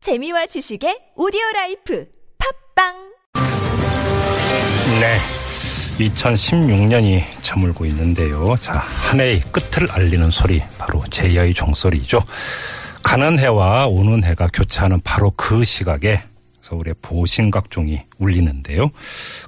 재미와 지식의 오디오 라이프 팝빵 네. 2016년이 저물고 있는데요. 자, 한 해의 끝을 알리는 소리, 바로 제야의 종소리죠. 가는 해와 오는 해가 교차하는 바로 그 시각에 서울의 보신각종이 울리는데요.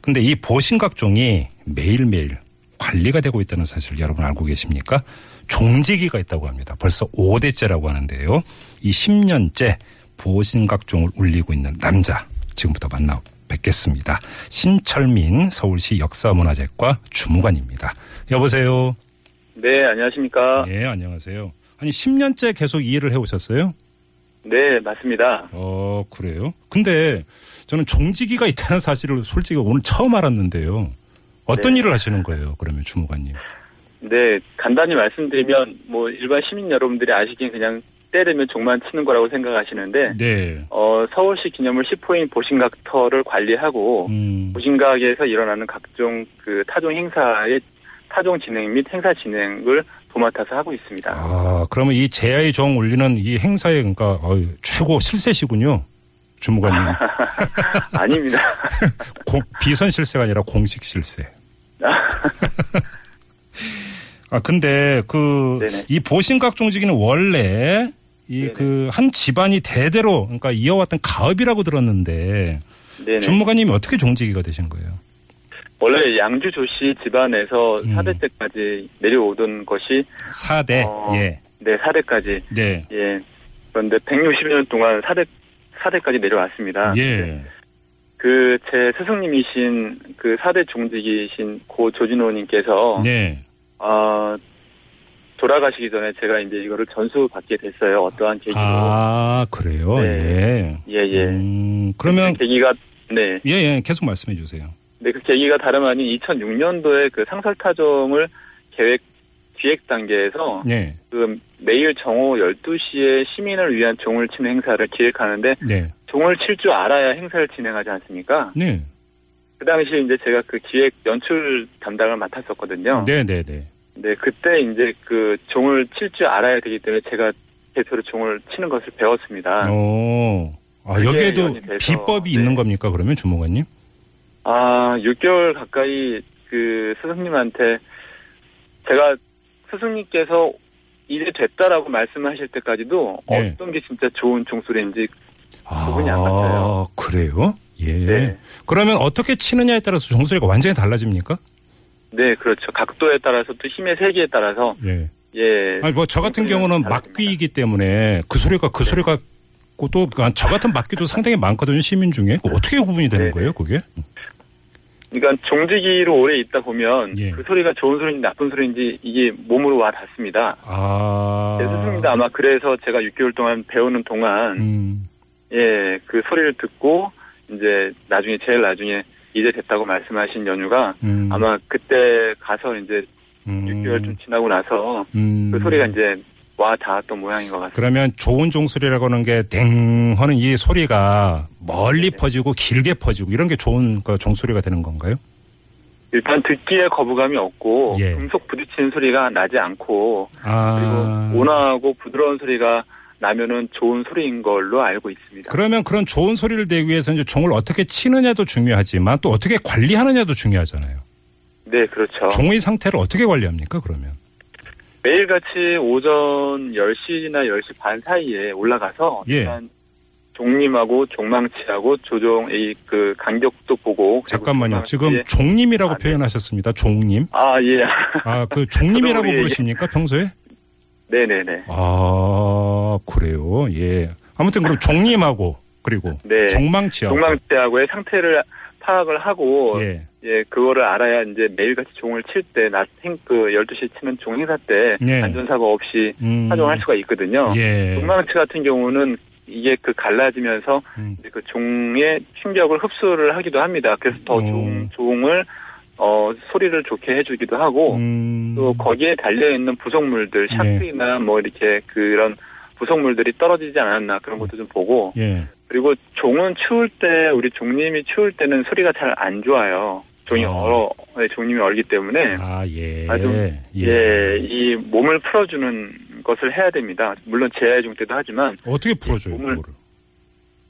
근데 이 보신각종이 매일매일 관리가 되고 있다는 사실 여러분 알고 계십니까? 종지기가 있다고 합니다. 벌써 5대째라고 하는데요. 이 10년째 보신각종을 울리고 있는 남자 지금부터 만나 뵙겠습니다. 신철민 서울시 역사문화재과 주무관입니다. 여보세요. 네, 안녕하십니까. 예, 안녕하세요. 아니 10년째 계속 이 일을 해 오셨어요? 네, 맞습니다. 어, 그래요? 근데 저는 종지기가 있다는 사실을 솔직히 오늘 처음 알았는데요. 어떤 일을 하시는 거예요, 그러면 주무관님? 네, 간단히 말씀드리면 뭐 일반 시민 여러분들이 아시긴 그냥 때리면 종만 치는 거라고 생각하시는데 네. 어, 서울시 기념물 10호인 보신각터를 관리하고 음, 보신각에서 일어나는 각종 그 타종 행사의 타종 진행 및 행사 진행을 도맡아서 하고 있습니다. 아, 그러면 이 제야의 종 올리는 이 행사에 그러니까 어, 최고 실세시군요. 주무관님. 아닙니다. 고- 비선 실세가 아니라 공식 실세. 아 근데 그 네네. 이 보신각종지기는 원래 이 네네. 그 한 집안이 대대로 그러니까 이어왔던 가업이라고 들었는데 네네. 준무관님이 어떻게 종지기가 되신 거예요? 원래 양주 조씨 집안에서 음. 4대째까지 내려오던 것이 사대 어. 예. 네, 4대까지 네. 예. 그런데 160년 동안 4대, 4대까지 내려왔습니다. 예. 그, 제 스승님이신 그 4대 종직이신 고 조진호님께서, 네. 어, 돌아가시기 전에 제가 이제 이거를 전수받게 됐어요. 어떠한 계기로. 아 그래요. 네. 예. 예, 예. 음, 그러면 그 계기가, 네. 예 예. 계속 말씀해 주세요. 네, 그 계기가 다름 아닌 2006년도에 그 상설타종을 계획, 기획 단계에서 네. 그 매일 정오 12시에 시민을 위한 종을 치는 행사를 기획하는데 네. 종을 칠 줄 알아야 행사를 진행하지 않습니까? 네. 그 당시에 이제 제가 그 기획 연출 담당을 맡았었거든요. 네. 네. 네. 네, 그때 이제 그 종을 칠 줄 알아야 되기 때문에 제가 대표로 종을 치는 것을 배웠습니다. 어. 아, 아. 그게 여기에도 연이 돼서, 비법이 네. 있는 겁니까, 그러면 주무관님? 아, 6개월 가까이 그 스승님한테 제가 스승님께서 이제 됐다라고 말씀을 하실 때까지도 네. 어떤 게 진짜 좋은 종소리인지 구분이 안 아, 갔어요. 그래요? 예. 네. 그러면 어떻게 치느냐에 따라서 종소리가 완전히 달라집니까? 네, 그렇죠. 각도에 따라서 또 힘의 세기에 따라서 예. 예. 아니, 뭐, 저 같은 경우는 달라집니다. 네. 막귀이기 때문에 그 소리가 그 소리가 또, 저 같은 막귀도 상당히 많거든요, 시민 중에. 그거 어떻게 구분이 되는 네. 거예요, 그게? 그러니까 종지기로 오래 있다 보면 예. 그 소리가 좋은 소리인지 나쁜 소리인지 이게 몸으로 와 닿습니다. 아. 네, 스승님도 아마 그래서 제가 6개월 동안 배우는 동안 음. 예, 그 소리를 듣고 이제 나중에 제일 나중에 이제 됐다고 말씀하신 연유가 음. 아마 그때 가서 이제 음. 6개월 좀 지나고 나서 음. 그 소리가 이제 와 닿았던 모양인 것 같습니다. 그러면 좋은 종소리라고 하는 게 댕 하는 이 소리가 멀리 네. 퍼지고 길게 퍼지고 이런 게 좋은 그 종소리가 되는 건가요? 일단 듣기에 거부감이 없고 예. 금속 부딪히는 소리가 나지 않고 그리고 아. 온화하고 부드러운 소리가 나면은 좋은 소리인 걸로 알고 있습니다. 그러면 그런 좋은 소리를 내기 위해서 이제 종을 어떻게 치느냐도 중요하지만 또 어떻게 관리하느냐도 중요하잖아요. 네, 그렇죠. 종의 상태를 어떻게 관리합니까, 그러면? 매일같이 오전 10시나 10시 반 사이에 올라가서 예. 일단 종님하고 종망치하고 조종 이그 간격도 보고 그리고 잠깐만요. 종망치의- 지금 종님이라고 아, 네. 표현하셨습니다. 종님. 아 예. 아, 그 종님이라고 저도 우리 부르십니까, 평소에? 네네네. 아, 그래요. 예. 아무튼 그럼 종님하고 그리고 네. 종망치하고 종망치하고의 상태를 파악을 하고 예. 예. 그거를 알아야 이제 매일같이 종을 칠 때낮그 12시에 치는 종 행사 때 예. 안전사고 없이 음. 사종할 수가 있거든요. 예. 종망치 같은 경우는 이게 그 갈라지면서 음. 이제 그 종의 충격을 흡수를 하기도 합니다. 그래서 더 어. 종, 종을 어, 소리를 좋게 해주기도 하고 음. 또 거기에 달려 있는 부속물들 네. 샤크이나 뭐 이렇게 그런 부속물들이 떨어지지 않았나 그런 것도 좀 보고 예. 그리고 종은 추울 때 우리 종님이 추울 때는 소리가 잘 안 좋아요. 종이 어. 얼어 네, 종님이 얼기 때문에 아, 예. 아, 좀- 예, 이 몸을 풀어주는 것을 해야 됩니다. 물론 재해종 때도 하지만 어떻게 풀어줘요, 몸을- 그거를?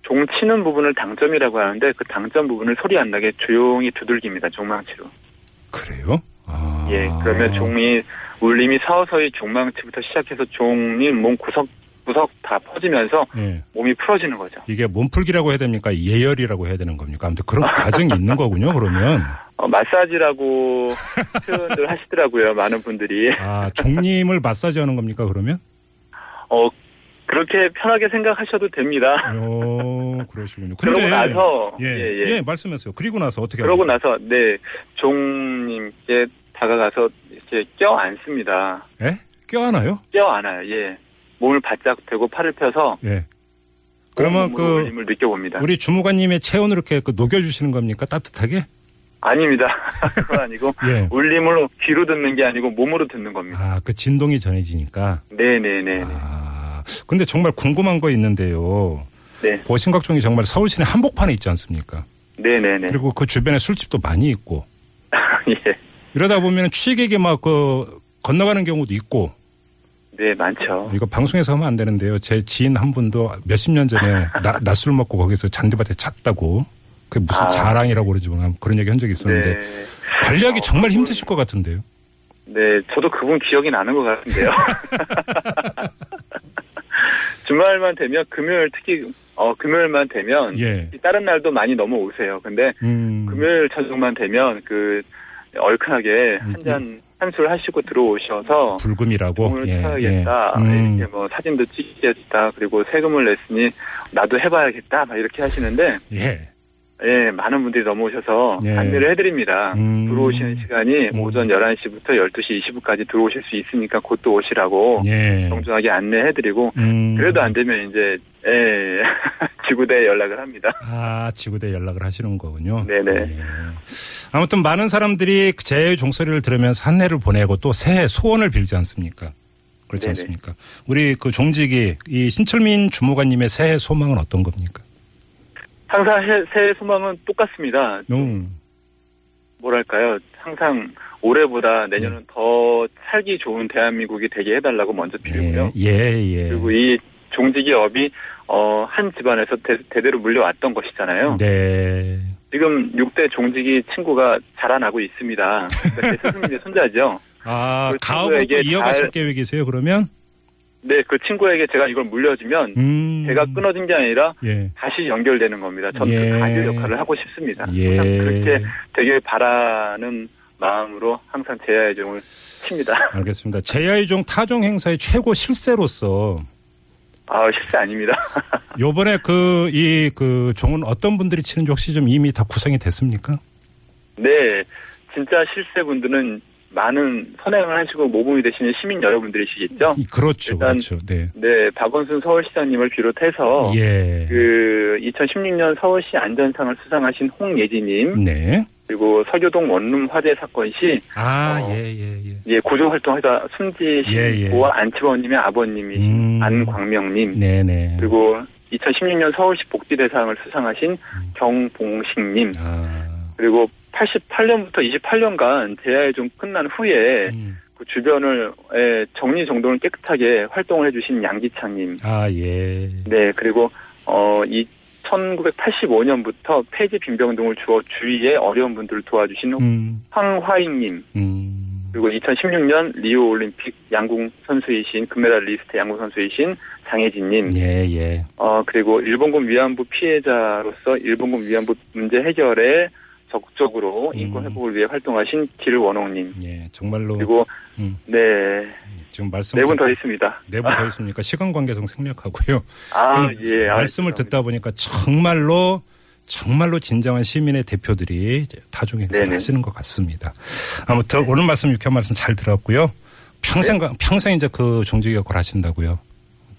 종 치는 부분을 당점이라고 하는데 그 당점 부분을 소리 안 나게 조용히 두들깁니다. 종망치로. 그래요? 아. 예, 그러면 종이 울림이 서서히 종망치부터 시작해서 종이 몸 구석 구석 다 퍼지면서 예. 몸이 풀어지는 거죠. 이게 몸풀기라고 해야 됩니까? 예열이라고 해야 되는 겁니까? 아무튼 그런 과정이 있는 거군요, 그러면. 어, 마사지라고 표현을 하시더라고요. 많은 분들이 아, 종님을 마사지 하는 겁니까, 그러면? 어 그렇게 편하게 생각하셔도 됩니다. 어, 그러시군요. 그러고 나서 예, 예, 예, 예. 말씀하세요. 그리고 나서 어떻게 그러고 합니까? 나서 네 종님께 다가가서 이제 껴안습니다. 예? 껴안아요? 껴안아요. 예. 몸을 바짝 대고 팔을 펴서 예. 그러면 몸으로 그 힘을 느껴봅니다. 우리 주무관님의 체온을 이렇게 그 녹여주시는 겁니까? 따뜻하게? 아닙니다. 그건 아니고 예. 울림을 귀로 듣는 게 아니고 몸으로 듣는 겁니다. 아, 그 진동이 전해지니까. 네네네. 아, 근데 정말 궁금한 거 있는데요. 네. 고신각종이 정말 서울시내 한복판에 있지 않습니까? 네네네. 그리고 그 주변에 술집도 많이 있고 예. 이러다 보면 취객이 막 그 건너가는 경우도 있고 네, 많죠. 이거 방송에서 하면 안 되는데요. 제 지인 한 분도 몇십 년 전에 나- 낮술 먹고 거기서 잔디밭에 잤다고 그게 무슨 아. 자랑이라고 그러지 뭐 그런 얘기 한 적이 있었는데 네. 어, 관리하기 정말 힘드실 것 같은데요. 네, 저도 그분 기억이 나는 것 같은데요. 주말만 되면 금요일 특히 어 금요일만 되면 예. 다른 날도 많이 넘어오세요. 근데 음. 금요일 저녁만 되면 그 얼큰하게 음, 한 잔 한 술 하시고 들어오셔서 불금이라고 예, 돈을 쳐야겠다 뭐, 음. 이렇게 뭐 사진도 찍겠다 그리고 세금을 냈으니 나도 해봐야겠다 막 이렇게 하시는데 예. 예 많은 분들이 넘어오셔서 예. 안내를 해드립니다 음. 들어오시는 시간이 음. 오전 11시부터 12시 20분까지 들어오실 수 있으니까 곧 또 오시라고 예. 정중하게 안내해드리고 음. 그래도 안 되면 이제 예 지구대에 연락을 합니다 아, 지구대 연락을 하시는 거군요. 네네. 예. 아무튼 많은 사람들이 제 종소리를 들으면서 한 해를 보내고 또 새해 소원을 빌지 않습니까? 그렇지 네네. 않습니까? 우리 그 종직이 이 신철민 주무관님의 새해 소망은 어떤 겁니까? 항상 해- 새해 소망은 똑같습니다 음. 뭐랄까요 항상 올해보다 내년은 네. 더 살기 좋은 대한민국이 되게 해달라고 먼저 빌고요. 예, 예, 예. 그리고 이 종지기 업이 어, 한 집안에서 대, 대로 물려왔던 것이잖아요. 네. 지금 6대 종지기 친구가 자라나고 있습니다. 그러니까 제 스승님의 손자죠. 아, 그 가업을 또 친구에게 이어가실 잘- 계획이세요, 그러면? 네, 그 친구에게 제가 이걸 물려주면 음. 제가 끊어진 게 아니라 예. 다시 연결되는 겁니다. 저는 예. 그 가교 역할을 하고 싶습니다. 예. 항상 그렇게 되길 바라는 마음으로 항상 제야의 종을 칩니다. 알겠습니다. 제야의 종 타종 행사의 최고 실세로서 아, 실수 아닙니다. 요번에 그 이 그 종은 어떤 분들이 치는지 혹시 좀 이미 다 구성이 됐습니까? 네, 진짜 실세분들은 많은 선행을 하시고 모범이 되시는 시민 여러분들이시겠죠? 이- 그렇죠. 일단- 그렇죠. 네. 네, 박원순 서울시장님을 비롯해서 예. 그 2016년 서울시 안전상을 수상하신 홍예지님 네. 그리고 서교동 원룸 화재 사건 시 아, 어. 예, 예, 예. 예, 구조 활동하다 숨지신 예, 예. 고아 안치원님의 아버님이신 음. 안광명님 네, 네. 그리고 2016년 서울시 복지대상을 수상하신 음. 경봉식님 아. 그리고 88년부터 28년간 제야의 좀 끝난 후에 음. 그 주변을 예, 정리 정돈을 깨끗하게 활동을 해주신 양기창님. 아, 예. 네 그리고 어이 1985년부터 폐지 빈병등을 주어 주위에 어려운 분들을 도와주신 음. 황화익님 음. 그리고 2016년 리오 올림픽 양궁 선수이신 금메달리스트 양궁 선수이신 장혜진님 예, 예. 어 그리고 일본군 위안부 피해자로서 일본군 위안부 문제 해결에 적극적으로 인권 음. 회복을 위해 활동하신 길원홍님 예. 정말로 그리고 음. 네 지금 말씀 네 분 더 있습니다. 네분 더 있습니까? 시간 관계상 생략하고요. 아, 오늘 예. 아, 말씀을 듣다 보니까 정말로 정말로 진정한 시민의 대표들이 이제 타종 행사를 네네. 하시는 것 같습니다. 아무튼 오늘 말씀 유쾌한 말씀 잘 들었고요. 평생 가- 평생 이제 그 종직 역할 하신다고요.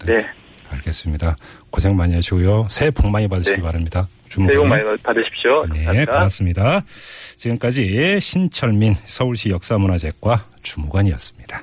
네. 알겠습니다. 고생 많이 하시고요. 새해 복 많이 받으시기 네. 바랍니다. 새해 복 주무관. 많이 받으십시오. 네, 감사합니다. 고맙습니다. 지금까지 신철민 서울시 역사문화재과 주무관이었습니다.